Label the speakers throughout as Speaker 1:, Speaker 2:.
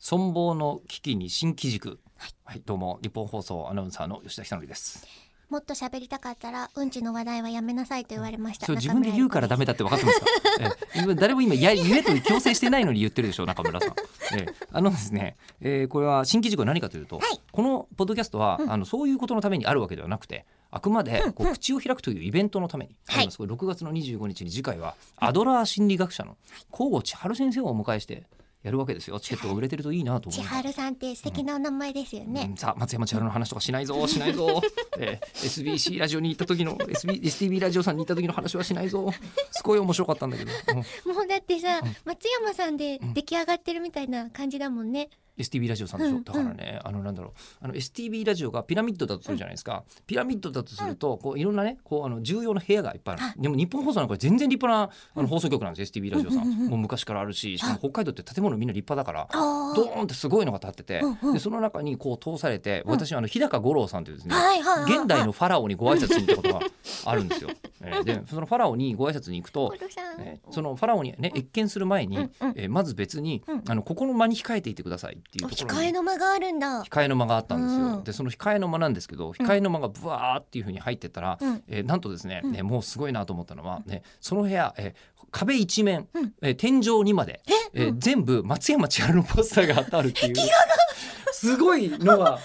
Speaker 1: 存亡の危機に新機軸、はい、どうも日本放送アナウンサーの吉田久典です
Speaker 2: もっと喋りたかったらうんちの話題はやめなさいと言われました。
Speaker 1: それ自分で言うからダメだって分かってますか、ええ、今誰も今や言えと強制してないのに言ってるでしょ中村さん、ええ、あのですね、えーこれは新機軸は何かというと、
Speaker 2: はい
Speaker 1: このポッドキャストは、
Speaker 2: うん
Speaker 1: あのそういうことのためにあるわけではなくてあくまでこう口を開くというイベントのために、
Speaker 2: は
Speaker 1: あ
Speaker 2: い
Speaker 1: のすごい6月の25日に次回はアドラー心理学者の甲賀千春先生をお迎えしてやるわけですよチケットが売れてるといいなと思い
Speaker 2: 千
Speaker 1: ます
Speaker 2: 春さんって素敵なお名前ですよ
Speaker 1: う
Speaker 2: ね
Speaker 1: ん。さあ松山千春の話とかしない ぞしないぞ、えー SBC ラジオに行った時の SB STB ラジオさんに行った時の話はしないぞすごい面白かったんだけど、うん
Speaker 2: もうだってさ、松山さんで出来上がってるみたいな感じだもんね。
Speaker 1: STB ラジオさんでし
Speaker 2: う
Speaker 1: ょ
Speaker 2: ん
Speaker 1: だからね、あのなんだろうあの STB ラジオがピラミッドだとするじゃないですか、ピラミッドだとすると、こういろんなねこうあの重要な部屋がいっぱいあるでも日本放送なんか全然立派なあの放送局なんです、STB ラジオさん、
Speaker 2: うんうんうんうん
Speaker 1: もう昔からあるししかも北海道って建物みんな立派だから、
Speaker 2: あ
Speaker 1: ドーンってすごいのが建ってて、
Speaker 2: うんうん
Speaker 1: でその中にこう通されて私はあの日高五郎さんというです
Speaker 2: あ。
Speaker 1: ね、
Speaker 2: はいはいはいはい。
Speaker 1: 現代のファラオにご挨拶に行ったことがあるんですよ。えーでそのファラオにご挨拶に行くと
Speaker 2: 小、野さん。
Speaker 1: えーそのファラオにね謁見する前に、
Speaker 2: うんうん
Speaker 1: えーまず別に、
Speaker 2: うん
Speaker 1: あのここの間に控えていてくださいってい
Speaker 2: お
Speaker 1: うところ
Speaker 2: 控え
Speaker 1: に。
Speaker 2: の間があるんだ。
Speaker 1: 控えの間があったんですよ、
Speaker 2: うん
Speaker 1: でその控えの間なんですけど控えの間がブワーっていうふうに入ってったら、
Speaker 2: うん
Speaker 1: えーなんとですね、
Speaker 2: うん
Speaker 1: ねもうすごいなと思ったのは、ね、その部屋、えー壁一面、
Speaker 2: うん
Speaker 1: えー天井にまで、えー全部松山千春のポスターが貼ってあるって いうすごいのが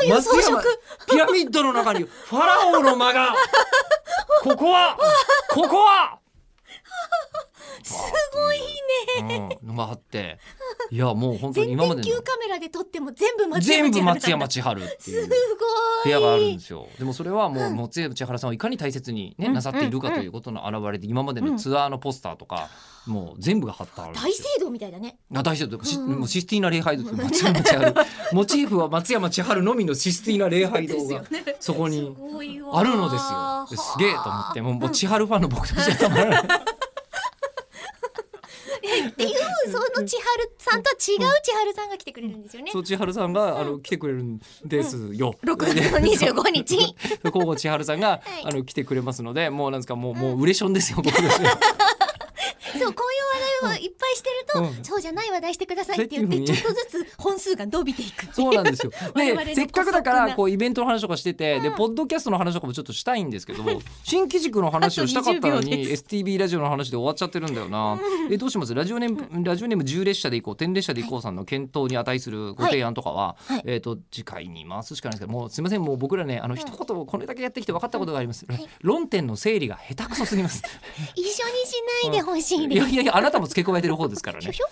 Speaker 2: という装
Speaker 1: 松
Speaker 2: 飾
Speaker 1: 山ピラミッドの中にファラオの間 がここはここはすごいね、うん、のがあっていやもう本当に
Speaker 2: 全
Speaker 1: 今まで
Speaker 2: 天
Speaker 1: の
Speaker 2: 球カメラで撮っても全部松山
Speaker 1: 全
Speaker 2: 千
Speaker 1: 部
Speaker 2: 春
Speaker 1: 松
Speaker 2: さんだ
Speaker 1: 山千春ってい
Speaker 2: す
Speaker 1: う
Speaker 2: ごい。
Speaker 1: 部屋があるんですよでもそれはもう松山千春さんをいかに大切に、ね
Speaker 2: うん
Speaker 1: なさっているかということの表れで今までのツアーのポスターとか、もう全部が貼ってあるんですよ
Speaker 2: 大聖堂みたいだね。
Speaker 1: あ大丈夫、し
Speaker 2: うんうん
Speaker 1: もうシスティーナ礼拝堂松山千 春モチーフは松山千春のみのシスティーナ礼拝堂がそこに
Speaker 2: ごいわ
Speaker 1: あるのですよですげえと思ってもうもう千春ファンの僕たちはたま らない
Speaker 2: っていうその千春さんとは違う千春さんが来てくれるんですよね
Speaker 1: そう千春さんがあの来てくれるんですよ。
Speaker 2: 6月の25日
Speaker 1: そう今後千春さんが
Speaker 2: い
Speaker 1: あの来てくれますので、もうなんですかもうもううれしょんですよ僕 たち。
Speaker 2: そうこういう話題をいっぱいしてると、
Speaker 1: うん
Speaker 2: そうじゃない話題してくださいって言って
Speaker 1: うん
Speaker 2: ちょっとずつ本数が伸びていく
Speaker 1: そうなんですよ。
Speaker 2: 我々の
Speaker 1: で、せっかくだか
Speaker 2: 補足
Speaker 1: ら、
Speaker 2: が
Speaker 1: こうイベントの話とかしてて、で、ポッドキャストの話とかもちょっとしたいんですけど も。新機軸の話をしたかったの
Speaker 2: あと20
Speaker 1: に、
Speaker 2: 秒で
Speaker 1: S. T. B. ラジオの話で終わっちゃってるんだよな。え、どうします。ラジオネーム、ラジオネーム重列車で行こう、点列車で行こうさんの検討に値するご提案とかは。
Speaker 2: はい
Speaker 1: えっと、次回に回すしかないですけど、もうすみません、もう僕らね、あの一言、これだけやってきて分かったことがあります。論点の整理が下手くそすぎます。
Speaker 2: 一緒にしないでほしい
Speaker 1: い
Speaker 2: です
Speaker 1: やいやいや、あなたも付け加えてる方ですからね
Speaker 2: ひょ。